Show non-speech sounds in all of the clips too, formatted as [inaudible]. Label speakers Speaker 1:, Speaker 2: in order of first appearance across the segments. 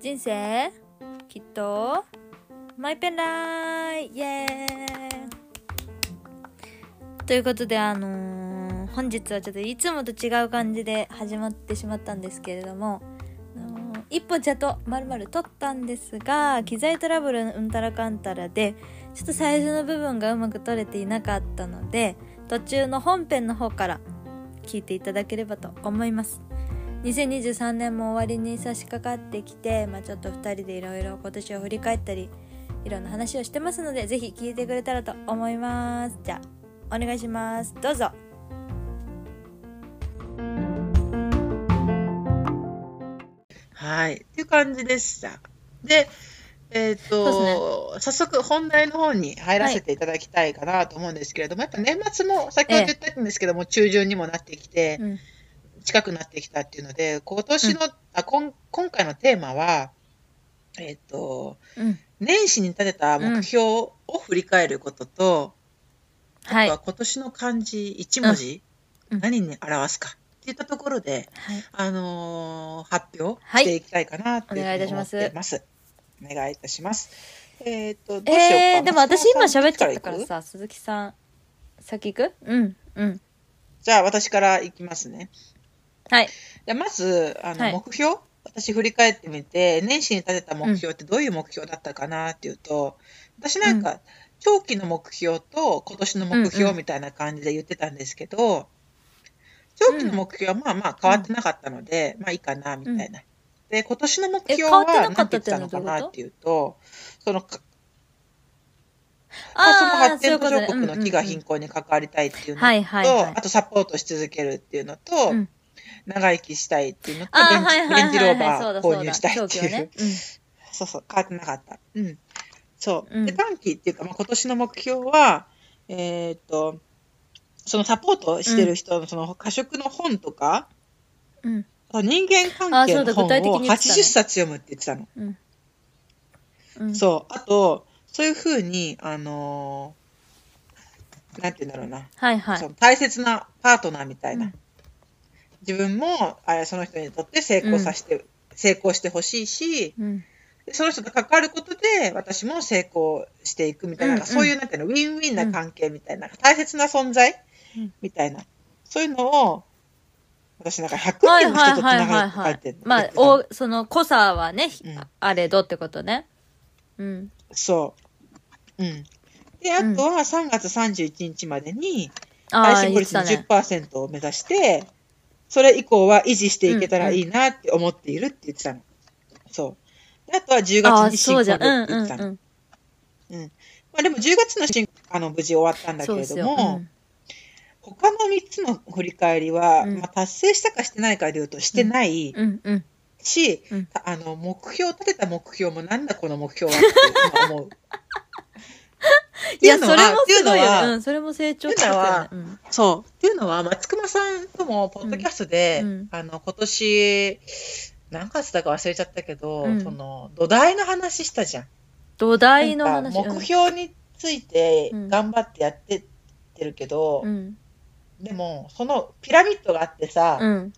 Speaker 1: 人生きっとマイペンライイエーイということであのー本日はちょっといつもと違う感じで始まってしまったんですけれども、あのー一歩茶とまるまる取ったんですが機材トラブルのうんたらかんたらでちょっと最初の部分がうまく取れていなかったので途中の本編の方から聞いていただければと思います2023年も終わりに差し掛かってきて、まあ、ちょっと2人でいろいろ今年を振り返ったりいろんな話をしてますのでぜひ聞いてくれたらと思いますじゃあお願いしますどうぞ
Speaker 2: はい。っていう感じでした。で、えっ、と、早速本題の方に入らせていただきたいかなと思うんですけれども、やっぱ年末も、先ほど言ったんですけども、中旬にもなってきて、
Speaker 1: うん
Speaker 2: 近くなってきたっていうので、今年の、あこん今回のテーマは、えっ、と、
Speaker 1: うん
Speaker 2: 年始に立てた目標を振り返ることと、
Speaker 1: は
Speaker 2: あ
Speaker 1: い
Speaker 2: とは今年の漢字一文字、
Speaker 1: うんうん
Speaker 2: 何に表すかっていったところで、
Speaker 1: はい
Speaker 2: あのー発表
Speaker 1: はい
Speaker 2: していきたいかなっていう
Speaker 1: お願いい
Speaker 2: ふう
Speaker 1: た
Speaker 2: に
Speaker 1: し
Speaker 2: 思
Speaker 1: ま
Speaker 2: っ
Speaker 1: す
Speaker 2: てます。お願いいたします。えっ、と、どうしようか
Speaker 1: えー、でも私今
Speaker 2: 松
Speaker 1: 喋
Speaker 2: 本
Speaker 1: っちゃった
Speaker 2: さ
Speaker 1: か
Speaker 2: ん
Speaker 1: ら
Speaker 2: ど
Speaker 1: さ
Speaker 2: っち行く
Speaker 1: 鈴木さん先行くうんうん
Speaker 2: じゃあ私からいきますね。
Speaker 1: はい
Speaker 2: じゃあまず、あの、
Speaker 1: はい
Speaker 2: 目標私振り返ってみて、年始に立てた目標ってどういう目標だったかなっていうと、私なんか、長期の目標と今年の目標みたいな感じで言ってたんですけど、長期の目標はまあまあ変わってなかったので、まあいいかなみたいな。で、今年の目標は
Speaker 1: え変わってなか
Speaker 2: 何
Speaker 1: った
Speaker 2: て言
Speaker 1: っ
Speaker 2: って
Speaker 1: いう
Speaker 2: てた
Speaker 1: のは
Speaker 2: の
Speaker 1: どう
Speaker 2: か
Speaker 1: いうこと
Speaker 2: なっていうと、そのか、その
Speaker 1: ああ
Speaker 2: 発
Speaker 1: そういう
Speaker 2: 展
Speaker 1: こ
Speaker 2: 途
Speaker 1: とね
Speaker 2: 上国の飢餓貧困に関わりたいっていうのと、
Speaker 1: はいはいはい
Speaker 2: あとサポートし続けるっていうのと、
Speaker 1: うん
Speaker 2: 長生きしたいっていうのと、
Speaker 1: ああーはい
Speaker 2: レンジ
Speaker 1: はい
Speaker 2: レンジ
Speaker 1: はい
Speaker 2: ロー
Speaker 1: はい
Speaker 2: バ
Speaker 1: そう
Speaker 2: ー
Speaker 1: だ
Speaker 2: 購
Speaker 1: そう
Speaker 2: 入
Speaker 1: だ
Speaker 2: したい
Speaker 1: 長
Speaker 2: って
Speaker 1: 期は
Speaker 2: いう。
Speaker 1: ね、うん
Speaker 2: [laughs] そうそう、変わってなかった。うん。そう。
Speaker 1: うん
Speaker 2: で、短期っていうか、まあ、今年の目標は、えーっと、そのサポートしてる人のその過食の本とか、
Speaker 1: うん
Speaker 2: 人間関係
Speaker 1: あそうだ
Speaker 2: の
Speaker 1: 具体的
Speaker 2: 本
Speaker 1: に
Speaker 2: を
Speaker 1: 言ってたね
Speaker 2: 80冊読むって言ってたの。
Speaker 1: うんうん、
Speaker 2: そう。あと、そういうふうに、あのーなんて言うんだろうな。
Speaker 1: はいはい
Speaker 2: その大切なパートナーみたいな。
Speaker 1: うん
Speaker 2: 自分も、あその人にとって成功させて、成功してほしいし、
Speaker 1: うん
Speaker 2: でその人と関わることで私も成功していくみたいな、
Speaker 1: うんうん
Speaker 2: そういうなんていうのウィンウィンな関係みたいな、大切な存在
Speaker 1: うん
Speaker 2: みたいな、そういうのを私なんか100人の人とつながるって書いてるの
Speaker 1: まあ
Speaker 2: 言っ、てたの
Speaker 1: お、その、濃さはね、ひ
Speaker 2: うん
Speaker 1: あれどってことね。うん。
Speaker 2: そう。うん。で、あとは3月31日までに
Speaker 1: ああ、
Speaker 2: 体脂肪
Speaker 1: 言って
Speaker 2: 率
Speaker 1: た
Speaker 2: の
Speaker 1: ね。
Speaker 2: 10%を目指して、それ以降は維持していけたらいいなって思っているって言ってたの。そう。であとは10
Speaker 1: ああ、
Speaker 2: 月に進
Speaker 1: そう
Speaker 2: 行日
Speaker 1: じゃ
Speaker 2: っ
Speaker 1: ん。
Speaker 2: て
Speaker 1: うんう
Speaker 2: 言って
Speaker 1: ん
Speaker 2: た
Speaker 1: う
Speaker 2: の。
Speaker 1: ん。
Speaker 2: まあでも10月の進あの無事終わったんだけ
Speaker 1: そうで
Speaker 2: れ
Speaker 1: す
Speaker 2: ど
Speaker 1: よ。
Speaker 2: も、
Speaker 1: うん
Speaker 2: 他の3つの振り返りは、
Speaker 1: うん
Speaker 2: まあ、達成したかしてないかでいうとしてない
Speaker 1: うんうん。
Speaker 2: し、
Speaker 1: うん
Speaker 2: たあの目標立てた目標もなんだこの目標はって今思う。
Speaker 1: [laughs] いや、
Speaker 2: って
Speaker 1: そう
Speaker 2: のは
Speaker 1: れもすごい
Speaker 2: っていうの
Speaker 1: よ
Speaker 2: は
Speaker 1: ね。うん、それも成長だよねうん。
Speaker 2: そう。っていうのは、松隈さんとも、ポッドキャストで、
Speaker 1: うんうん
Speaker 2: あの、今年、何月だか忘れちゃったけど、
Speaker 1: うん
Speaker 2: その、土台の話したじゃん。
Speaker 1: 土台の
Speaker 2: なん
Speaker 1: 話。
Speaker 2: か目標について
Speaker 1: うん
Speaker 2: 頑張ってやってってるけど、
Speaker 1: うん。
Speaker 2: でも、そのピラミッドがあってさ、
Speaker 1: うん。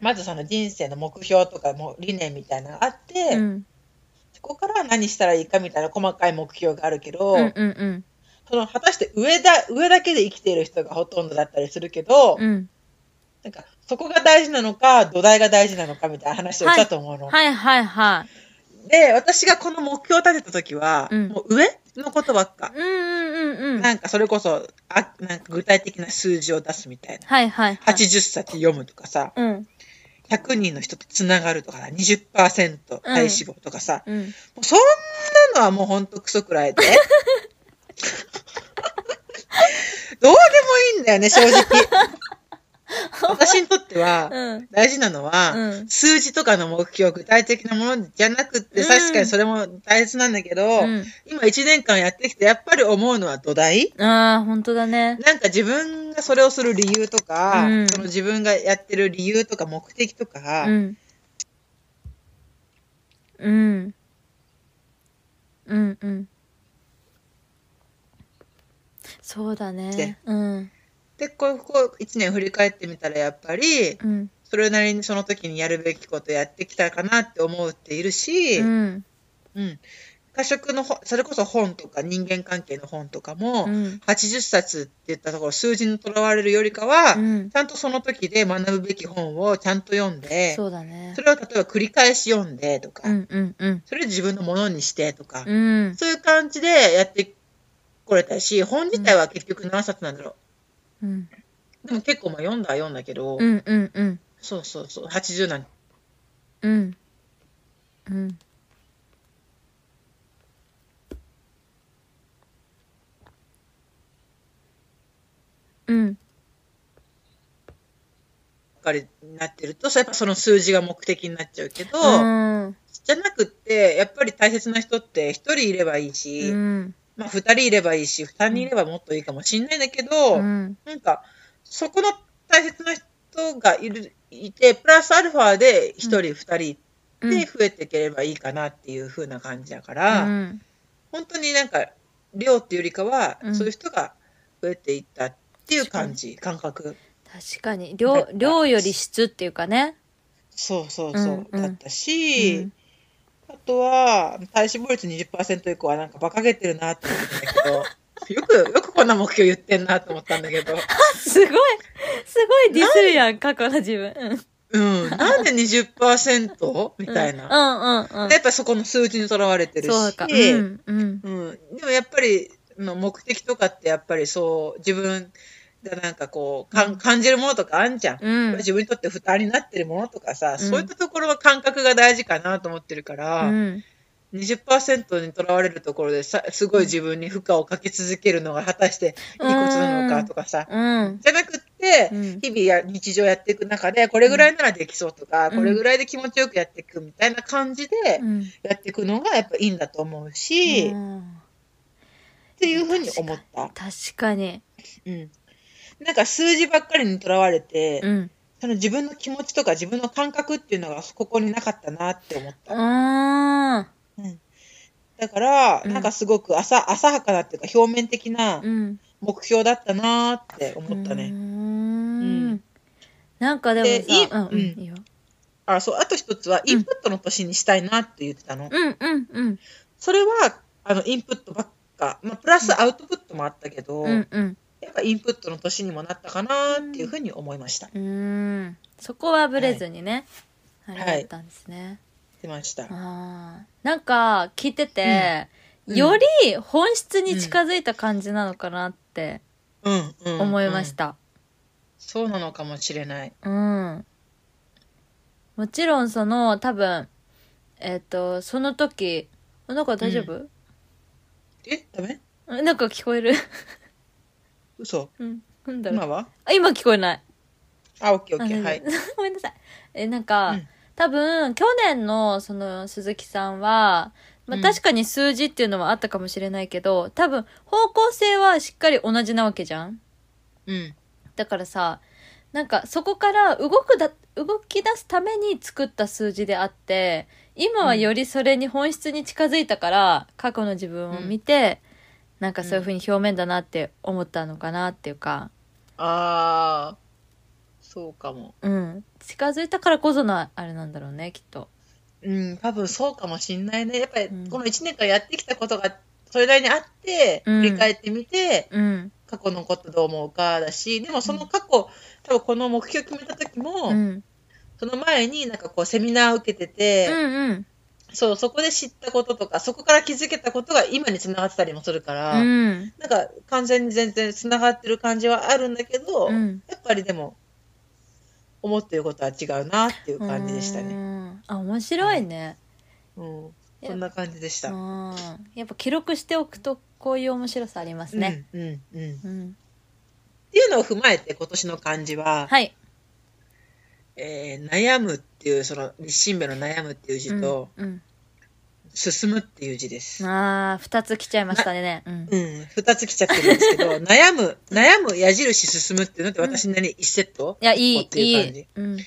Speaker 2: まずその人生の目標とかも理念みたいなのがあって、
Speaker 1: うん。
Speaker 2: そこから何したらいいかみたいな細かい目標があるけど、
Speaker 1: うん。うん。うん。
Speaker 2: その果たして上だ、上だけで生きている人がほとんどだったりするけど、
Speaker 1: うん。
Speaker 2: なんか、そこが大事なのか、土台が大事なのかみたいな話をしたと思うの。
Speaker 1: はいはいはい。
Speaker 2: で、私がこの目標を立てた時は、
Speaker 1: うん
Speaker 2: もう上のことばっか。
Speaker 1: うんうんうんうん。
Speaker 2: なんか、それこそ、あ、なんか具体的な数字を出すみたいな。
Speaker 1: はいはいはい。
Speaker 2: 80冊読むとかさ、
Speaker 1: うん。
Speaker 2: 100人の人とつながるとかさ、20%体脂肪とかさ、
Speaker 1: うん。
Speaker 2: もうそんなのはもうほんとクソく
Speaker 1: [laughs]
Speaker 2: らえで。どうでもいいんだよね、
Speaker 1: [laughs]
Speaker 2: 正直。私にとっては、
Speaker 1: うん。
Speaker 2: 大事なのは、
Speaker 1: うん
Speaker 2: 数字とかの目標、具体的なものじゃなくって、
Speaker 1: うん
Speaker 2: 確かにそれも大切なんだけど、
Speaker 1: うん
Speaker 2: 今1年間やってきて、やっぱり思うのは土台
Speaker 1: ああ、本当だね。
Speaker 2: なんか自分がそれをする理由とか、
Speaker 1: うん
Speaker 2: その自分がやってる理由とか目的とか、
Speaker 1: うん。うん。うんうん。そうだね。うん。
Speaker 2: で、こう、こう1年振り返ってみたら、やっぱり、
Speaker 1: うん
Speaker 2: それなりにその時にやるべきことやってきたかなって思うっているし、
Speaker 1: う
Speaker 2: うん。
Speaker 1: ん
Speaker 2: 過食の本、それこそ本とか人間関係の本とかも、
Speaker 1: うん
Speaker 2: 80冊って言ったところ、数字にとらわれるよりかは、
Speaker 1: うん
Speaker 2: ちゃんとその時で学ぶべき本をちゃんと読んで、
Speaker 1: そうだね
Speaker 2: それを例えば繰り返し読んでとか、
Speaker 1: うんうんうん
Speaker 2: それを自分のものにしてとか、
Speaker 1: うん
Speaker 2: そういう感じでやってこれたし、本自体は結局何冊なんだろ
Speaker 1: うん
Speaker 2: う。でも結構まあ読んだは読んだけど、
Speaker 1: うんうんうん
Speaker 2: そうそうそう、80なん
Speaker 1: うんうんうん
Speaker 2: かりになってると、そうやっぱその数字が目的になっちゃうけど、
Speaker 1: うん
Speaker 2: じゃなくって、やっぱり大切な人って1人いればいいし、
Speaker 1: うん
Speaker 2: まあ2人いればいいし、3人いればもっといいかもしんないんだけど、
Speaker 1: うん
Speaker 2: なんか、そこの大切な人がいる、いて、プラスアルファで1人、2人で増えていければいいかなっていう風な感じだから、
Speaker 1: うん
Speaker 2: 本当になんか量っていうよりかは、
Speaker 1: うん
Speaker 2: そういう人が増えていったっていう感じ感覚
Speaker 1: 確かに量量より質っていうかね
Speaker 2: そうそうそう、
Speaker 1: うんうん
Speaker 2: だったし、あとは体脂肪率20%以降はなんか馬鹿げてるなって思ったんだけど [laughs] よくよくこんな目標言ってんなと思ったんだけど、
Speaker 1: すごいすごいディスるやん過去の自分うん
Speaker 2: うん、なんで20%みたいな、
Speaker 1: うんうんうん
Speaker 2: やっぱそこの数字にとらわれてるし
Speaker 1: そうかうんうん
Speaker 2: うん、でもやっぱりの目的とかってやっぱりそう自分がなんかこうかん感じるものとかあんじゃん、
Speaker 1: うん
Speaker 2: 自分にとって負担になってるものとかさ、
Speaker 1: ん
Speaker 2: そういったところは感覚が大事かなと思ってるから、
Speaker 1: うん
Speaker 2: 20%にとらわれるところでさすごい自分に負荷をかけ続けるのが果たしていいことなのかとかさ、
Speaker 1: うん
Speaker 2: じゃなくって、
Speaker 1: うん
Speaker 2: 日々や日常やっていく中でこれぐらいならできそうとか、
Speaker 1: うん
Speaker 2: これぐらいで気持ちよくやっていくみたいな感じで
Speaker 1: うん
Speaker 2: やっていくのがやっぱいいんだと思うし、
Speaker 1: う
Speaker 2: っ
Speaker 1: ん
Speaker 2: ていうふうに思った。
Speaker 1: 確かに
Speaker 2: うん、なんか数字ばっかりにとらわれて、
Speaker 1: うん
Speaker 2: その自分の気持ちとか自分の感覚っていうのがここになかったなって思った。
Speaker 1: うん
Speaker 2: だから、
Speaker 1: うん
Speaker 2: なんかすごく浅浅はかなっていうか表面的な
Speaker 1: うん
Speaker 2: 目標だったなって思った
Speaker 1: う
Speaker 2: ね。
Speaker 1: ん
Speaker 2: うん
Speaker 1: なんかでも
Speaker 2: でいい
Speaker 1: さうんうん
Speaker 2: うん
Speaker 1: いいよ
Speaker 2: あ、そう、あと一つはインプットの年にしたいなって言ってた
Speaker 1: う
Speaker 2: の。
Speaker 1: んうんうん
Speaker 2: それは、あの、インプットばっか、まあ、プラスアウトプットもあったけど、
Speaker 1: うんうん
Speaker 2: やっぱインプットの年にもなったかなっていうふうに思いました。言
Speaker 1: うんそこはブレずにねあ
Speaker 2: い
Speaker 1: れだったんですね
Speaker 2: ってました。
Speaker 1: あーなんか聞いてて、
Speaker 2: うん
Speaker 1: より本質に近づいた感じなのかなって
Speaker 2: うん、うん。
Speaker 1: 思いまし
Speaker 2: うん。
Speaker 1: た。
Speaker 2: そうなのかもしれない。
Speaker 1: うん。もちろんその多分、えっ、と、その時、あなんか大丈夫、
Speaker 2: え、ダメ
Speaker 1: なんか聞こえる
Speaker 2: 嘘
Speaker 1: うん。なんだろう
Speaker 2: 今。は
Speaker 1: あ今聞こえない。
Speaker 2: あ、オッケーオ
Speaker 1: あ
Speaker 2: ッケー。は
Speaker 1: 大
Speaker 2: い
Speaker 1: 丈。夫 [laughs] ごめんなさい。え、なんか、
Speaker 2: うん
Speaker 1: 多分、去年のその鈴木さんは、まあ、
Speaker 2: うん
Speaker 1: 確かに数字っていうのはあったかもしれないけど、多分、方向性はしっかり同じなわけじゃん
Speaker 2: うん。
Speaker 1: だからさなんかそこから動くだ動き出すために作った数字であって今はよりそれに本質に近づいたから、過去の自分を見て、なんかそういうふうに表面だなって思ったのかなっていうか、
Speaker 2: あー、そうかも。
Speaker 1: うん、近づいたからこそのあれなんだろうねきっと。
Speaker 2: うん、多分そうかもしんないね。やっぱり
Speaker 1: うん
Speaker 2: この1年間やってきたことがそれなりにあって、
Speaker 1: うん
Speaker 2: 振り返ってみて、
Speaker 1: うん、
Speaker 2: 過去のことどう思うかだし、でもその過去、多分この目標決めた時も、
Speaker 1: うん、うん
Speaker 2: その前になんかこうセミナーを受けてて、
Speaker 1: うん
Speaker 2: そう、そこで知ったこととか、そこから気づけたことが今に繋がってたりもするから、
Speaker 1: うん
Speaker 2: なんか完全に全然繋がってる感じはあるんだけど、
Speaker 1: うん
Speaker 2: やっぱりでも、思ってることは違うなっていう感じでしたね。
Speaker 1: ね。あ面白いね。
Speaker 2: うん。そんな感じでし
Speaker 1: う
Speaker 2: た。
Speaker 1: ん、やっぱ記録しておくとこういう面白さありますね。
Speaker 2: うんうんうん、っ
Speaker 1: うん、
Speaker 2: ていうのを踏まえて今年の漢字は、
Speaker 1: はい。
Speaker 2: えー悩むっていうその立身名の悩むっていう字と、
Speaker 1: うんうん
Speaker 2: 進むっていう字です。
Speaker 1: ああ、二つ来ちゃいましたね。うん。
Speaker 2: うん、二つ来ちゃってるんですけど、悩む、 [laughs] 悩む、矢印進むっていうのって私なりに1セット、
Speaker 1: いや、い
Speaker 2: 一個っ
Speaker 1: い、
Speaker 2: て
Speaker 1: い
Speaker 2: いう感じ
Speaker 1: い。うん。う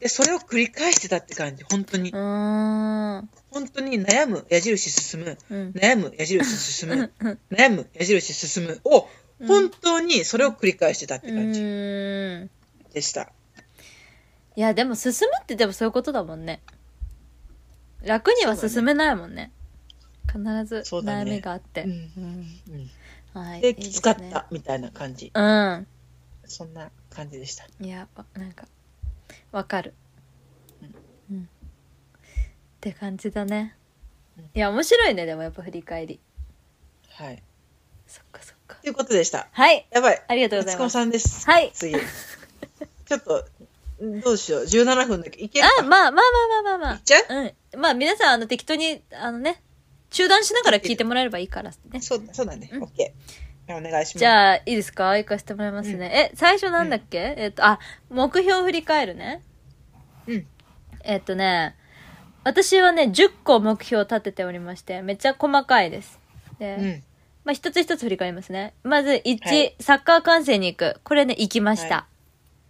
Speaker 2: で、それを繰り返してたって感じ。本当に。
Speaker 1: ーん。
Speaker 2: 本当に悩む、矢印進む。
Speaker 1: うん。
Speaker 2: 悩む、矢印進む。悩む、矢印進む。を
Speaker 1: うん
Speaker 2: 本当にそれを繰り返してたって
Speaker 1: う
Speaker 2: 感じ
Speaker 1: ーん
Speaker 2: でした。
Speaker 1: いやでも進むってでもそういうことだもんね楽には進めないもんね必ず
Speaker 2: そうだ
Speaker 1: 悩
Speaker 2: ね
Speaker 1: みがあって、
Speaker 2: うん
Speaker 1: うん
Speaker 2: うん
Speaker 1: はい
Speaker 2: で、きつかっ
Speaker 1: いいですね
Speaker 2: たみたいな感じ。
Speaker 1: うん
Speaker 2: そんな感じでした。
Speaker 1: いやわなんかわかるうんって感じだね
Speaker 2: うん
Speaker 1: いや面白いねでもやっぱ振り返り
Speaker 2: はい。
Speaker 1: そっかそっか
Speaker 2: ということでした。
Speaker 1: はい
Speaker 2: やばい。
Speaker 1: ありがとうご
Speaker 2: マ
Speaker 1: ざ
Speaker 2: ツ
Speaker 1: い
Speaker 2: コ
Speaker 1: ます
Speaker 2: さんです。
Speaker 1: はい
Speaker 2: 次。ちょっと、どうしよう。17分だけ。いける
Speaker 1: あ
Speaker 2: か
Speaker 1: まあまあまあまあまあま
Speaker 2: いっちゃう
Speaker 1: あうんまあ皆さんあの適当にあのね中断しながら聞いてもらえればいいからね
Speaker 2: そうそうだね。
Speaker 1: うん
Speaker 2: オッケー。お願いします。
Speaker 1: じゃあいいですか行かせてもらいますね、
Speaker 2: うん
Speaker 1: え最初なんだっけ、えっとあ目標を振り返るね
Speaker 2: うん
Speaker 1: えっとね私はね10個目標を立てておりましてめっちゃ細かいですで、
Speaker 2: うん。
Speaker 1: まあ、一つ一つ振り返りますね。まず1、
Speaker 2: はい
Speaker 1: サッカー観戦に行く。これね、行きました。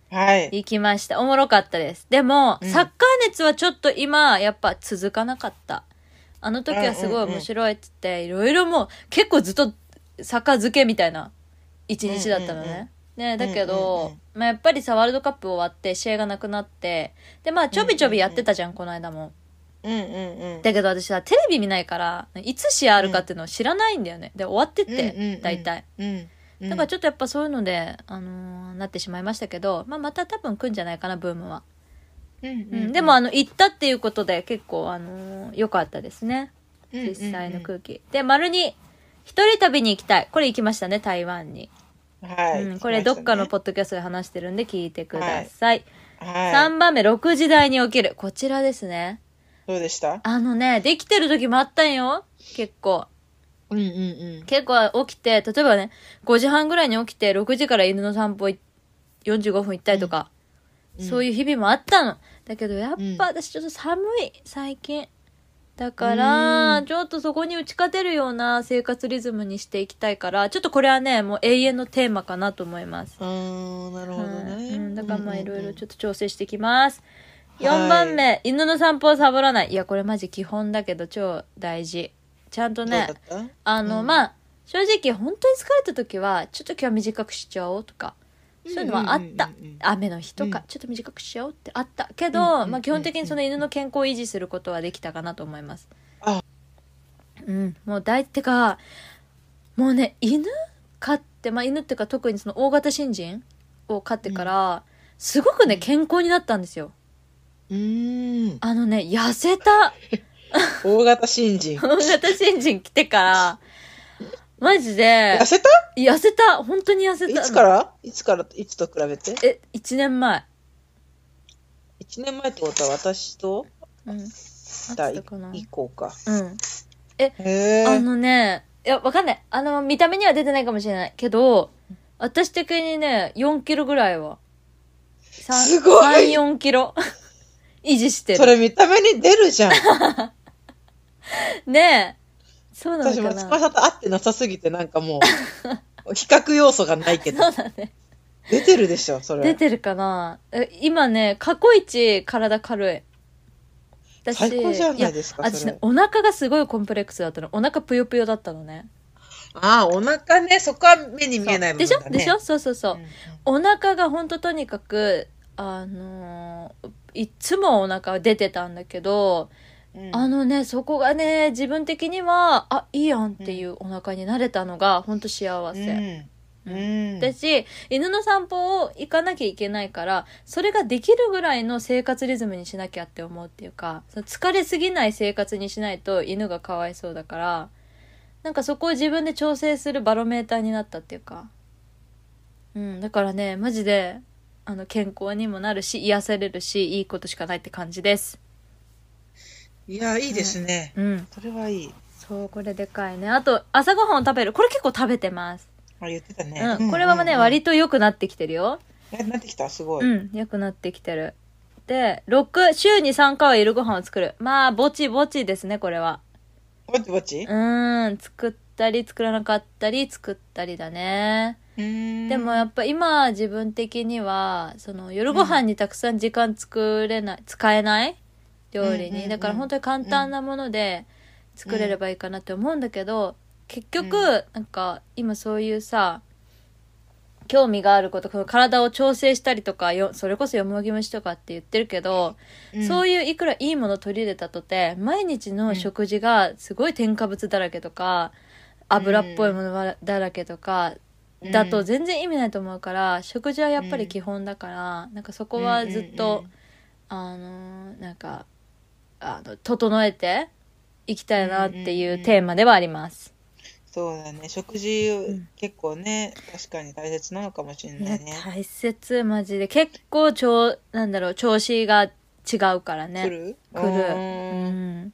Speaker 2: はい。
Speaker 1: 行きました。おもろかったです。でも、
Speaker 2: うん
Speaker 1: サッカー熱はちょっと今、やっぱ続かなかった。あの時はすごい面白いっつって、いろいろもう、結構ずっとサッカー漬けみたいな一日だったの
Speaker 2: うんうんうん
Speaker 1: ね。ね、だけ
Speaker 2: うん
Speaker 1: ど
Speaker 2: うん、
Speaker 1: まあ、やっぱりさ、ワールドカップ終わって、試合がなくなって、で、まあ、ちょびちょびやってたじゃん、この間も。
Speaker 2: うんうんうん。
Speaker 1: だけど私さ、テレビ見ないから、いつ試合あるかっていうのを知らないんだよね。で、終わってって、
Speaker 2: うんうんうん
Speaker 1: 大体。
Speaker 2: うん。う
Speaker 1: だ
Speaker 2: ん
Speaker 1: からちょっとやっぱそういうので、あのーなってしまいましたけど、まあ、また多分来るんじゃないかなブームは、
Speaker 2: うん
Speaker 1: う
Speaker 2: うんん
Speaker 1: でもあの行ったっていうことで結構あのー良かったですね
Speaker 2: うんうんうん
Speaker 1: 実際の空気、で丸に一人旅に行きたいこれ行きましたね台湾に、
Speaker 2: はい、
Speaker 1: うん、これどっかの
Speaker 2: ポ
Speaker 1: ポッドキャストで話してるんで聞いてください、
Speaker 2: はい。
Speaker 1: 3番目6時台に起きるこちらですね
Speaker 2: どうでした
Speaker 1: あのねできてる時もあったんよ結構
Speaker 2: うんうんうん。
Speaker 1: 結構起きて例えばね5時半ぐらいに起きて6時から犬の散歩い45分行ったりとか、そういう日々もあったのだけどやっぱ私ちょっと寒い最近だから、
Speaker 2: うん
Speaker 1: ちょっとそこに打ち勝てるような生活リズムにしていきたいからちょっとこれはねもう永遠のテーマかなと思います
Speaker 2: うーん、なるほどね。
Speaker 1: うん、だからまあいろいろちょ
Speaker 2: ょっ
Speaker 1: っと調整していきます、
Speaker 2: はい
Speaker 1: 4番目犬の散歩をサボらないいやこれマジ基本だけど超大事ちゃんと
Speaker 2: と
Speaker 1: ね
Speaker 2: どうだっ
Speaker 1: あの、
Speaker 2: うん
Speaker 1: まあ正直本当に疲れた時はちょっと今日短くしちゃおうとかそういうのはあった、
Speaker 2: うんうんうんうん
Speaker 1: 雨の日とか、
Speaker 2: うん
Speaker 1: ちょっと短くしちゃおうってあったけど、
Speaker 2: うんうんうんうん
Speaker 1: まあ、基本的にその犬の健康を維持することはできたかなと思います。
Speaker 2: あ
Speaker 1: うん、もう大ってかもうね犬飼って、まあ、犬っていうか特にその大型新人を飼ってから、すごくね健康になったんですよ。
Speaker 2: うーん。
Speaker 1: あのね痩せた
Speaker 2: 大型新
Speaker 1: [laughs]
Speaker 2: 人。
Speaker 1: 大型新人来てからマジで
Speaker 2: [laughs] 痩せた
Speaker 1: 痩せた本当に痩せ
Speaker 2: い
Speaker 1: た
Speaker 2: つからいつからいつと比べて
Speaker 1: え1年前、
Speaker 2: ?1 年前ってことは私と
Speaker 1: うん、
Speaker 2: だ
Speaker 1: あったかな
Speaker 2: 以降か。
Speaker 1: うん、
Speaker 2: へ
Speaker 1: あ
Speaker 2: ー
Speaker 1: のねいやわかんないあの見た目には出てないかもしれないけど私的にね4キロぐらいは
Speaker 2: すごい
Speaker 1: 34キロ [laughs] 維持して
Speaker 2: そ
Speaker 1: る
Speaker 2: れ見た目に出るじゃん。
Speaker 1: ねえそうなの
Speaker 2: 私、
Speaker 1: か
Speaker 2: マツコ
Speaker 1: な
Speaker 2: さんと会ってなさすぎて、なんかも
Speaker 1: [laughs]
Speaker 2: う、比較要素がないけど
Speaker 1: そ。うだね
Speaker 2: 出てるでしょ、それ。
Speaker 1: 出てるかなえ今ね過去一体軽い私
Speaker 2: 最高じゃない
Speaker 1: や
Speaker 2: ですか、
Speaker 1: 私
Speaker 2: それ
Speaker 1: ね。お腹がすごいコンプレックスだったのお腹ぷよぷよだったのね
Speaker 2: ああ、お腹ね、そこは目に見えないもん
Speaker 1: で
Speaker 2: だ
Speaker 1: し
Speaker 2: ね。
Speaker 1: ょでしょそうそうそう、お腹がほんととにかくあのーいっつもお腹は出てたんだけど、
Speaker 2: うんうん
Speaker 1: あのねそこがね自分的にはあいいやんっていうお腹になれたのがほんと幸せ、
Speaker 2: うんうん
Speaker 1: だし犬の散歩を行かなきゃいけないからそれができるぐらいの生活リズムにしなきゃって思うっていうかその疲れすぎない生活にしないと犬がかわいそうだからなんかそこを自分で調整するバロメーターになったっていうか、うん、だからねマジであの健康にもなるし癒されるしいいことしかないって感じです。
Speaker 2: いや、いいですね。
Speaker 1: うん、
Speaker 2: それはいい。
Speaker 1: そうこれでかいねあと朝ごはんを食べるこれ結構食べてます、
Speaker 2: あ、言ってたね。
Speaker 1: うん、これはね、割と良くなってきてるよ
Speaker 2: え、なってきた、すごい。
Speaker 1: うん、良くなってきてる。で、6、週に3回は夜ご飯を作る。まあ、ぼちぼちですね、これは。
Speaker 2: ぼちぼち
Speaker 1: う。ーん、作ったり作らなかったり作ったりだね。
Speaker 2: で
Speaker 1: でもやっぱ今自分的には、その夜ご飯にたくさん時間作れない、使えない料理
Speaker 2: うんうんう
Speaker 1: に。
Speaker 2: ん
Speaker 1: だから本当に簡単なもので作れればいいかなって思うんだけど、結
Speaker 2: う
Speaker 1: 局、なんか今そういうさ、興味があること、この体を調整したりとか、よそれこそよもぎ虫とかって言ってるけど、そう
Speaker 2: い
Speaker 1: いういくらいいもの取り入れたとて、毎日の食事がすごい添加物だらけとか、油っぽいものだらけとか、
Speaker 2: うん
Speaker 1: だと全然意味ないと思うから、食事はやっぱり基本だから、なんかそこはずっと、あのーなんか、あの、整えていきたいなってい
Speaker 2: んうん
Speaker 1: う
Speaker 2: うん
Speaker 1: うテーマではあります。
Speaker 2: そうだね食事、
Speaker 1: ん
Speaker 2: 結構ね確かに大切なのかもしれない
Speaker 1: い
Speaker 2: ね
Speaker 1: や大切、マジで。結構、調、なんだろう、調子が違うからね。
Speaker 2: 来る
Speaker 1: 来る
Speaker 2: う
Speaker 1: う
Speaker 2: ーん
Speaker 1: ん、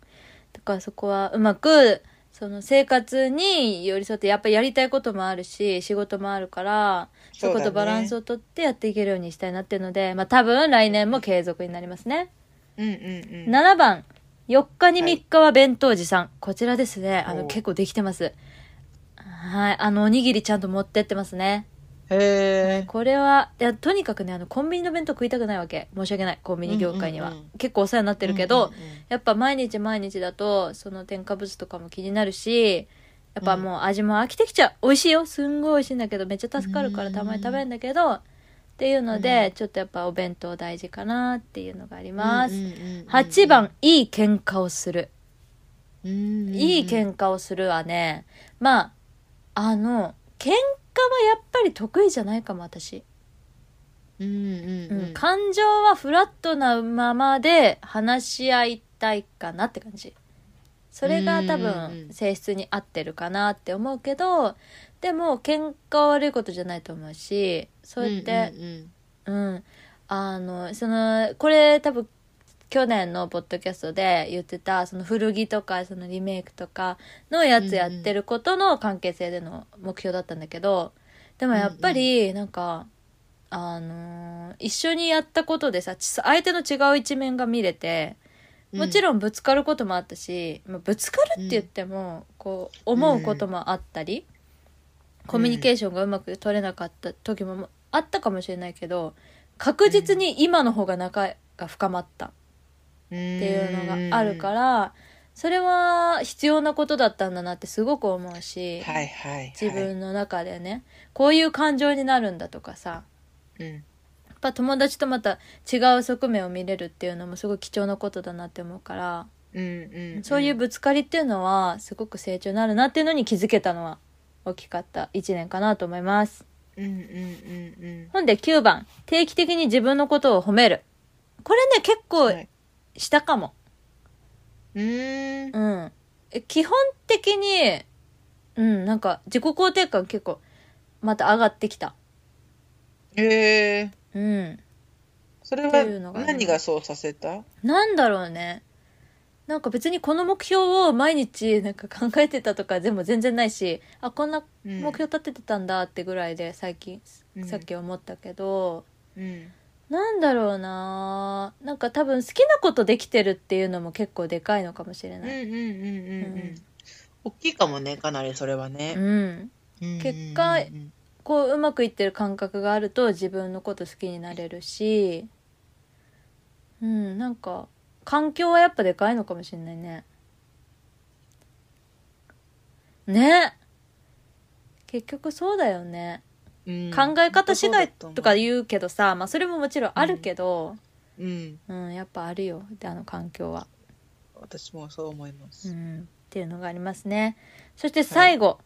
Speaker 1: だからそこはうまくその生活に寄り添ってやっぱりやりたいこともあるし仕事もあるからそ
Speaker 2: そうだね
Speaker 1: ことバランスをとってやっていけるようにしたいなっていうので、まあ、多分来年も継続になりますね、
Speaker 2: うんうんうん
Speaker 1: 7番4日に
Speaker 2: はい
Speaker 1: 3日は弁当持参、こちらですねあの
Speaker 2: おう
Speaker 1: 結構できてますはいあのおにぎりちゃんと持ってってますね
Speaker 2: へえ
Speaker 1: これはいやとにかくねあのコンビニの弁当食いたくないわけ申し訳ないコンビニ業界には、
Speaker 2: うんうんうん
Speaker 1: 結構お世話になってるけど、
Speaker 2: うんうんうん
Speaker 1: やっぱ毎日毎日だとその添加物とかも気になるしやっぱもう味も飽きてきちゃう美味しいよすんごい美味しいんだけどめっちゃ助かるから
Speaker 2: うん
Speaker 1: たまに食べるんだけどっていうので、
Speaker 2: うん
Speaker 1: ちょっとやっぱお弁当大事かなっていうのがあります、
Speaker 2: うんうんうんうん
Speaker 1: 8番いい喧嘩をする、
Speaker 2: うんうんうん
Speaker 1: いい喧嘩をするはねまああの喧嘩はやっぱり得意じゃないかも私
Speaker 2: うんうん
Speaker 1: う
Speaker 2: うんん
Speaker 1: 感情はフラットなままで話し合いたいかなって感じそれが多
Speaker 2: うんうんう
Speaker 1: 分
Speaker 2: ん
Speaker 1: 性質に合ってるかなって思うけどでも喧嘩は悪いことじゃないと思うしそうやって
Speaker 2: うんうん
Speaker 1: うん、あのそのこれ多分去年のポッドキャストで言ってたその古着とかそのリメイクとかのやつやってることの関係性での目標だったんだけどでもやっぱりなんか、あのー一緒にやったことでさち相手の違う一面が見れて
Speaker 2: うん
Speaker 1: もちろんぶつかることもあったし、まあ、ぶつかるって言っても、こう思うこともあったり、コミュニケーションがうまく取れなかった時もあったかもしれないけど確実に今の方が仲が深まった
Speaker 2: って
Speaker 1: っていうのがあるからそれは必要なことだったんだなってすごく思うし、
Speaker 2: はいはいはい
Speaker 1: 自分の中でねこういう感情になるんだとかさ
Speaker 2: うん
Speaker 1: やっぱ友達とまた違う側面を見れるっていうのもすごい貴重なことだなって思うから、
Speaker 2: うんうんん
Speaker 1: そういうぶつかりっていうのはすごく成長になるなっていうのに気づけたのは大きかった1年かなと思います。
Speaker 2: うんうんうんうん
Speaker 1: ほんで9番定期的に自分のことを褒めるこれね結構
Speaker 2: はい
Speaker 1: したかも。
Speaker 2: うーん
Speaker 1: うん、え基本的にうんなんか自己肯定感結構また上がってきた
Speaker 2: へえ
Speaker 1: うん
Speaker 2: それ
Speaker 1: っていうの
Speaker 2: は
Speaker 1: がね
Speaker 2: 何がそうさせた
Speaker 1: なんだろうねなんか別にこの目標を毎日なんか考えてたとかでも全然ないしあこんな
Speaker 2: 目
Speaker 1: 目標立ててたんだってぐらいで最近、
Speaker 2: うん
Speaker 1: さっき思ったけど
Speaker 2: うん
Speaker 1: なんだろうななんか多分好きなことできてるっていうのも結構でかいのかもしれ
Speaker 2: うんう
Speaker 1: ない、
Speaker 2: んうんうん
Speaker 1: う
Speaker 2: う
Speaker 1: ん
Speaker 2: ん大きいかもねかなりそれは
Speaker 1: う
Speaker 2: ね
Speaker 1: ん、結果
Speaker 2: うんうんうん
Speaker 1: こううまくいってる感覚があると自分のこと好きになれるしうんなんか環境はやっぱでかいのかもしれないねね結局そうだよね、
Speaker 2: うん
Speaker 1: 考え方次第とか
Speaker 2: う
Speaker 1: 言うけどさまあそれももちろんあるけど
Speaker 2: うん
Speaker 1: うん、やっぱあるよであの環境は
Speaker 2: 私もそう思いま
Speaker 1: う
Speaker 2: す
Speaker 1: んっていうのがありますねそして最後、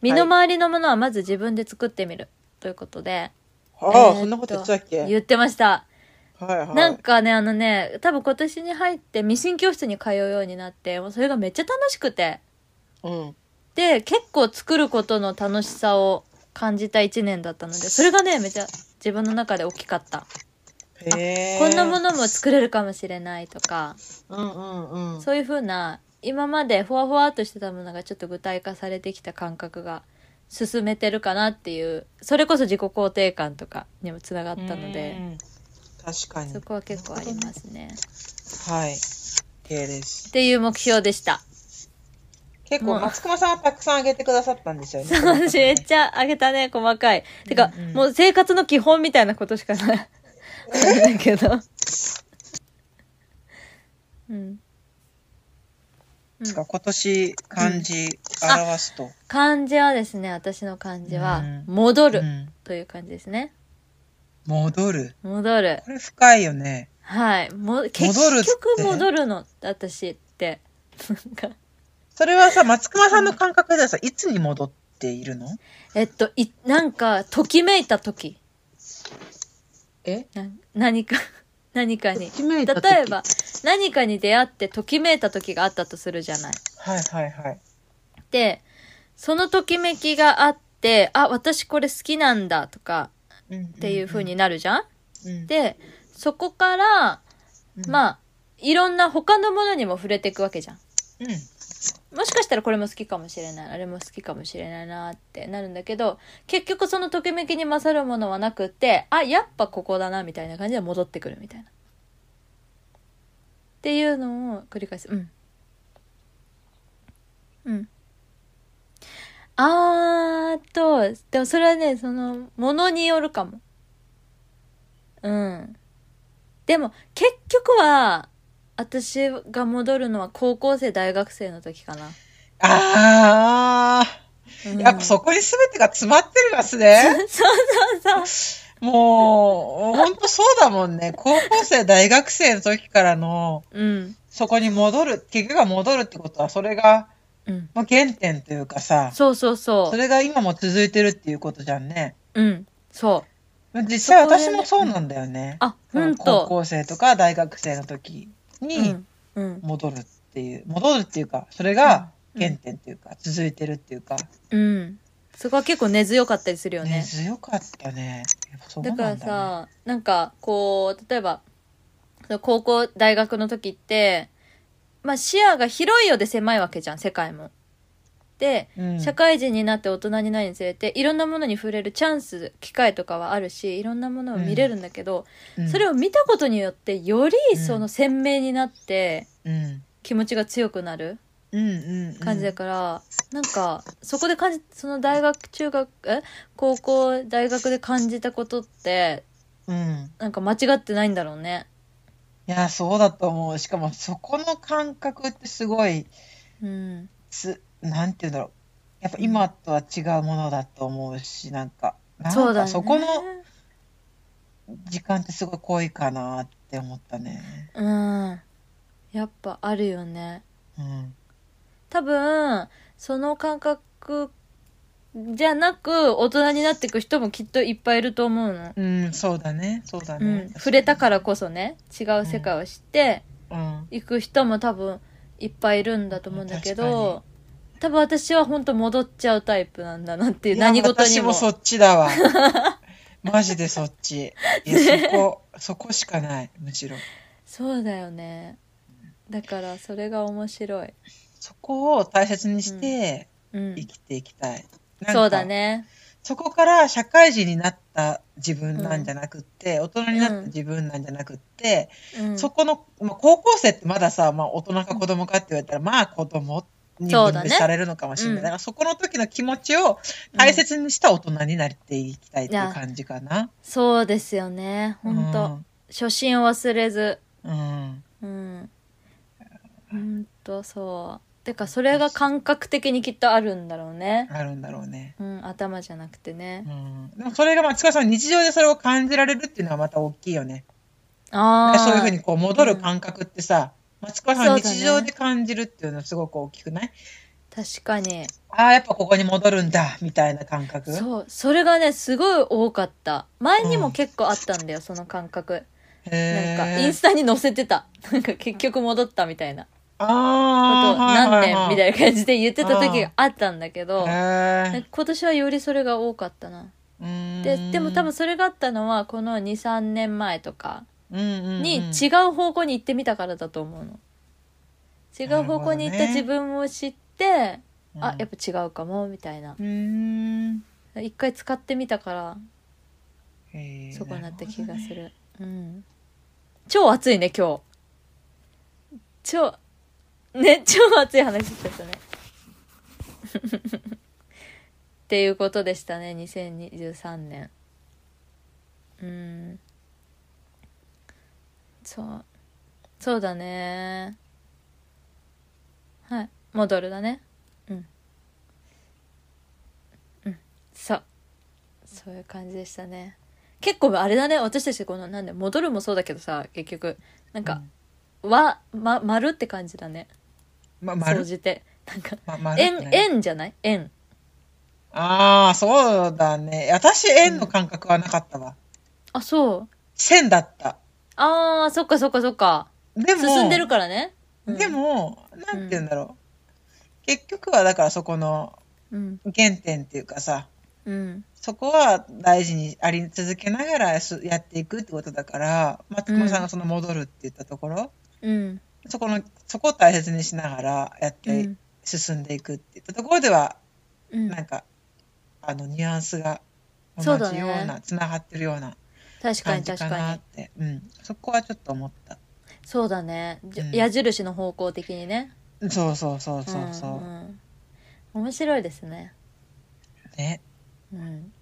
Speaker 1: 身の回りのものはまず自分で作ってみるということで
Speaker 2: ああ
Speaker 1: えーっと
Speaker 2: そんなこと言ってたっけはい
Speaker 1: 言ってました
Speaker 2: はい
Speaker 1: なんかね、あのね、多分今年に入ってミシン教室に通うようになって、もうそれがめっちゃ楽しくて。
Speaker 2: うん
Speaker 1: で、結構作ることの楽しさを感じた一年だったので、それがね、めちゃ自分の中で大きかった。
Speaker 2: へえ
Speaker 1: こんなものも作れるかもしれないとか、
Speaker 2: うんうんうん
Speaker 1: そういう風な、今までふわふわっとしてたものがちょっと具体化されてきた感覚が進めてるかなっていう、それこそ自己肯定感とかにもつながったの
Speaker 2: う
Speaker 1: で、
Speaker 2: ん確かに
Speaker 1: そこは結構ありますね。
Speaker 2: はい OK です
Speaker 1: っていう目標でした。
Speaker 2: 結
Speaker 1: もう
Speaker 2: 構松隈さんはたくさんあげてくださったんですよね
Speaker 1: そう、私めっちゃあげたね、細かい。てか、
Speaker 2: うんうん
Speaker 1: もう生活の基本みたいなことしかない。だけど。うん。う
Speaker 2: ですか、今年漢字表すと。
Speaker 1: 漢字はですね、私の漢字は
Speaker 2: うん、
Speaker 1: 戻
Speaker 2: う
Speaker 1: る
Speaker 2: ん
Speaker 1: という感じですね。
Speaker 2: 戻る。
Speaker 1: 戻る。
Speaker 2: これ深いよね。
Speaker 1: はい。も結
Speaker 2: 戻るって
Speaker 1: 局戻るの、私って。なんか
Speaker 2: それはさ、松隈さんの感覚ではさ、いつに戻っているの
Speaker 1: えっと、い、なんか、ときめいた時。
Speaker 2: え
Speaker 1: な何か、何かに。
Speaker 2: 決め
Speaker 1: 例えば、何かに出会ってときめいた時があったとするじゃない。
Speaker 2: はいはいはい。
Speaker 1: で、そのときめきがあって、あ、私これ好きなんだとかっていう風になるじゃん、
Speaker 2: うん、
Speaker 1: で、そこから、ま
Speaker 2: あ、
Speaker 1: あ、いろんな他のものにも触れていくわけじゃん。
Speaker 2: うん、
Speaker 1: もしかしたらこれも好きかもしれないあれも好きかもしれないなってなるんだけど結局そのときめきに勝るものはなくってあやっぱここだなみたいな感じで戻ってくるみたいな。っていうのを繰り返すうん。うん。あーとでもそれはねそのものによるかも。うん。でも結局は私が戻るのは高校生大学生の時かな、
Speaker 2: ああ、
Speaker 1: うん
Speaker 2: やっぱそこに全てが詰まってるますね。
Speaker 1: そうそ
Speaker 2: もう、ほんとそうだもんね。高校生、大学生の時からの、
Speaker 1: ううん
Speaker 2: そこに戻る、結局は戻るってことは、それが、
Speaker 1: うん
Speaker 2: まあ、原点というかさ、
Speaker 1: そうそうそ
Speaker 2: それが今も続いてるっていうことじゃんね。
Speaker 1: ううんそう
Speaker 2: 実際
Speaker 1: そこで
Speaker 2: 私
Speaker 1: ね
Speaker 2: もそうなんだよね。
Speaker 1: あほん
Speaker 2: 高
Speaker 1: と
Speaker 2: 校生とか大学生の時
Speaker 1: う
Speaker 2: に
Speaker 1: んうん
Speaker 2: 戻るっていう、戻るっていうか、それが原点っていうか、続いてるっていうか、
Speaker 1: うんそこは結構根強かったりするよ
Speaker 2: ね、
Speaker 1: ね
Speaker 2: 強かったね。やっぱそうな
Speaker 1: だ
Speaker 2: ん
Speaker 1: か
Speaker 2: だ、
Speaker 1: ら
Speaker 2: ね、
Speaker 1: さなんかこう例えばその高校大学の時ってまあ視野が広いようで狭いわけじゃん世界も。で
Speaker 2: うん、
Speaker 1: 社会人になって大人になるにつれていろんなものに触れるチャンス機会とかはあるしいろんなものを見れるんだけど、
Speaker 2: うん
Speaker 1: それ
Speaker 2: を、
Speaker 1: を見たことによってより
Speaker 2: うん
Speaker 1: その鮮明になって
Speaker 2: うん、
Speaker 1: 気持ちが強くなる
Speaker 2: うんうんうん、
Speaker 1: 感じだから、なんかそこで感じその大学中学え高校大学で感じたことって
Speaker 2: うん。
Speaker 1: なんか間違ってないんだろうね。
Speaker 2: いや、そうだと思う。しかも、そこの感覚ってすごい、
Speaker 1: うん、
Speaker 2: つ、なんて言うんだろう。やっぱ今とは違うものだと思うし、なんか、なん
Speaker 1: そうだ
Speaker 2: か
Speaker 1: ね
Speaker 2: そこの時間ってすごい濃いかなって思ったね。
Speaker 1: うんやっぱあるよね。
Speaker 2: うん。
Speaker 1: 多分その感覚じゃなく大人になっていく人もきっといっぱいいると思うの。
Speaker 2: うん、そうだね。そうだ
Speaker 1: う
Speaker 2: ね
Speaker 1: ん、。触れたからこそね違う世界を知って、
Speaker 2: うん。
Speaker 1: 行く人も多分いっぱいいるんだと思うんだけど多分私は本当戻っちゃうタイプなんだなっていう
Speaker 2: いや
Speaker 1: 何事にも
Speaker 2: 私もそっ
Speaker 1: [laughs]
Speaker 2: ちだわ。マジでそっち。いや、そこ、そこしかない。むしろ。
Speaker 1: そうだよねだからそれが面白い、
Speaker 2: そこを大切にして
Speaker 1: うん
Speaker 2: 生、きていきたい。なんか
Speaker 1: そうだ。ね
Speaker 2: そこから社会人になった自分なんじゃなくって、大人になった自分なんじゃなくって、
Speaker 1: うん
Speaker 2: そこの、まあ、高校生ってまださ、まあ、大人か子供かって言われたら、まあ子供に
Speaker 1: そう
Speaker 2: 分
Speaker 1: だね
Speaker 2: 類されるのかもしれない。
Speaker 1: う
Speaker 2: だ
Speaker 1: ん
Speaker 2: からそこの時の気持ちを大切にした大人になっていきたいっていう感じかな。
Speaker 1: そうですよね本当、初心を忘れず
Speaker 2: うん。うん。
Speaker 1: うん本当そうてかそれが感覚的にきっとあるんだろうね、
Speaker 2: あるんだろうね。
Speaker 1: うん、頭じゃなくてね
Speaker 2: うん。でもそれが、まあ、塚さん日常でそれを感じられるっていうのはまた大きいよね。
Speaker 1: ああ
Speaker 2: そういうふうにこう戻る感覚ってさ、松川さん
Speaker 1: そうだね
Speaker 2: 日常で感じるっていうのはすごく大きくない
Speaker 1: 確かに
Speaker 2: ああ、やっぱここに戻るんだ、みたいな感覚。
Speaker 1: そうそれがねすごい多かった前にも結構あったんだよ、その感覚なん
Speaker 2: へ
Speaker 1: か
Speaker 2: ー
Speaker 1: インスタに載せてた [laughs] なんか結局戻ったみたいなこ
Speaker 2: あ
Speaker 1: と
Speaker 2: あ、
Speaker 1: 何年みた
Speaker 2: い
Speaker 1: いな感じで言ってた時があったんだけど
Speaker 2: な
Speaker 1: なんか今年はよりそれが多かったなででも多分、それがあったのはこの23年前とか
Speaker 2: うんうんうん
Speaker 1: に違う方向に行ってみたからだと思うの違う方向に行った
Speaker 2: なるほどね
Speaker 1: 自分を知って、あやっぱ違うかもみたいな
Speaker 2: うーん。
Speaker 1: 一回使ってみたから
Speaker 2: へー
Speaker 1: そこなった気がするう
Speaker 2: なる
Speaker 1: ん超暑いね今日超ね [laughs] 超暑い話しちゃったね [laughs] っていうことでしたね2023年うんそうそうだねはい戻るだねうんうんそうそういう感じでしたね結構あれだね私たちこのなんで戻るもそうだけどさ結局なんか、和ま、丸って感じだね
Speaker 2: ま、
Speaker 1: 総
Speaker 2: 丸、
Speaker 1: じてなんか
Speaker 2: ま、丸って
Speaker 1: 円
Speaker 2: 何
Speaker 1: 円じゃない円
Speaker 2: ああ、そうだね。私、円の感覚はなかったわ。
Speaker 1: あそう
Speaker 2: 線だった。
Speaker 1: あーそっかそっかそっか
Speaker 2: でも、
Speaker 1: 進んでるからね、うん
Speaker 2: でも、なんて言うんだろう。結局は、だからそこの
Speaker 1: うん
Speaker 2: 原点っていうかさ、
Speaker 1: うん
Speaker 2: そこは大事にあり続けながらすやっていくってことだから、松本さんがその戻るって言ったところ、
Speaker 1: うん
Speaker 2: そこの、そこを大切にしながらやっ
Speaker 1: う
Speaker 2: て
Speaker 1: ん
Speaker 2: 進んでいくって言ったところでは、
Speaker 1: うん
Speaker 2: なんか、あの、ニュアンスが
Speaker 1: そ
Speaker 2: 同
Speaker 1: うだ
Speaker 2: じ
Speaker 1: ね
Speaker 2: ような、つながってるような
Speaker 1: 確か
Speaker 2: 感
Speaker 1: に
Speaker 2: じ
Speaker 1: 確
Speaker 2: か
Speaker 1: か
Speaker 2: なっ
Speaker 1: に
Speaker 2: て。うん。そこはちょっと思った。
Speaker 1: そうだね、じ
Speaker 2: うん
Speaker 1: 矢印の方向的にね
Speaker 2: そうそうそうそうそう。
Speaker 1: んうん、面白いですね、
Speaker 2: ね。
Speaker 1: うん、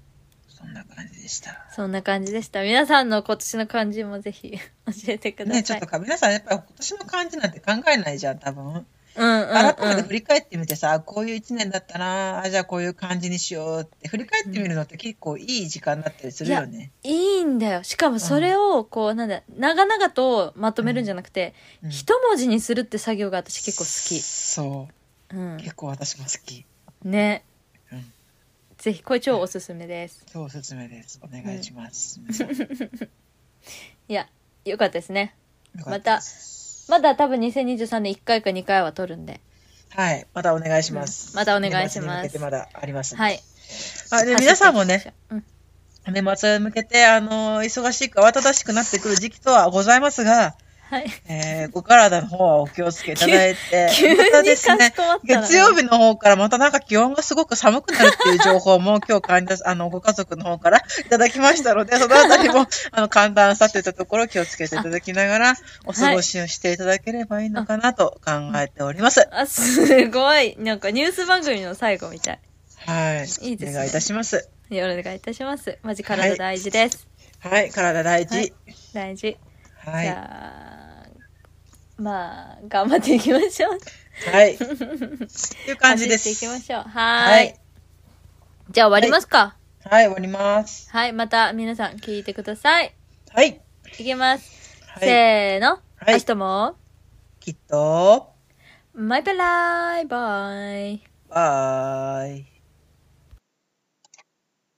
Speaker 2: そんな感じでした。
Speaker 1: そんな感じでした皆さんの今年の漢字もぜひ [laughs] 教えてください、
Speaker 2: ね、ちょっとか、皆さんやっぱり今年の漢字なんて考えないじゃん、多分。
Speaker 1: うんうん
Speaker 2: 改め
Speaker 1: う
Speaker 2: て
Speaker 1: ん
Speaker 2: 振り返ってみてさ、あこういう一年だったな、あじゃあこういう感じにしようって、振り返ってみるのって結構いい時間だったりするよね。
Speaker 1: いいんだよしかもそれをこうなんだ長々とまとめるんじゃなくて、
Speaker 2: うん
Speaker 1: 一文字にするって作業が私結構
Speaker 2: そ
Speaker 1: 好き、うん
Speaker 2: う。、結構私も好き。
Speaker 1: ね、
Speaker 2: うん
Speaker 1: ぜひこれ超おすすめです
Speaker 2: そう、おすすめです。お願いします。
Speaker 1: いやよかったですね
Speaker 2: よかったです
Speaker 1: まだ多分2023年1回か2回は撮るんで
Speaker 2: はい。またお願いしま
Speaker 1: う
Speaker 2: す。
Speaker 1: んまたお願いします
Speaker 2: 年末に向けてまだありますんで。
Speaker 1: はい
Speaker 2: あで皆さんもね、
Speaker 1: うん
Speaker 2: 年末へ向けて、あの、忙しく、慌ただしくなってくる時期とはございますが、
Speaker 1: はい、
Speaker 2: えー、ご体の方はお気をつけいただいて
Speaker 1: 急に
Speaker 2: またです
Speaker 1: かし
Speaker 2: ね
Speaker 1: こまっ、たらね
Speaker 2: 月曜日の方からまたなんか気温がすごく寒くなるっていう情報も今日患者さん、 [laughs] あの、ご家族の方から [laughs] いただきましたの
Speaker 1: [laughs]
Speaker 2: で、そのあたりも、あの、寒暖差といったところを気をつけていただきながら、お過ごしをしていただければいいのかなと考えております。
Speaker 1: あ、すごい。なんかニュース番組の最後みたい。
Speaker 2: はい。
Speaker 1: いいですね
Speaker 2: お願いいたします。
Speaker 1: よろしくお願いいたします。マジ体大事です。
Speaker 2: はい、体大事。
Speaker 1: はい大事。
Speaker 2: はい。
Speaker 1: じ
Speaker 2: は
Speaker 1: ゃあ、まあ、頑張っていきましょう。 [laughs]
Speaker 2: い。っていう感じで
Speaker 1: 走
Speaker 2: す。
Speaker 1: っていきましょう。はーい。
Speaker 2: はい。
Speaker 1: じゃあ終わりますか。
Speaker 2: はい、終わります。
Speaker 1: はい、また皆さん聞いてください。
Speaker 2: はい。
Speaker 1: いきます。
Speaker 2: はい。
Speaker 1: せーの。
Speaker 2: はい
Speaker 1: 明日も、
Speaker 2: きっと、
Speaker 1: マイペライバイ。
Speaker 2: バイ。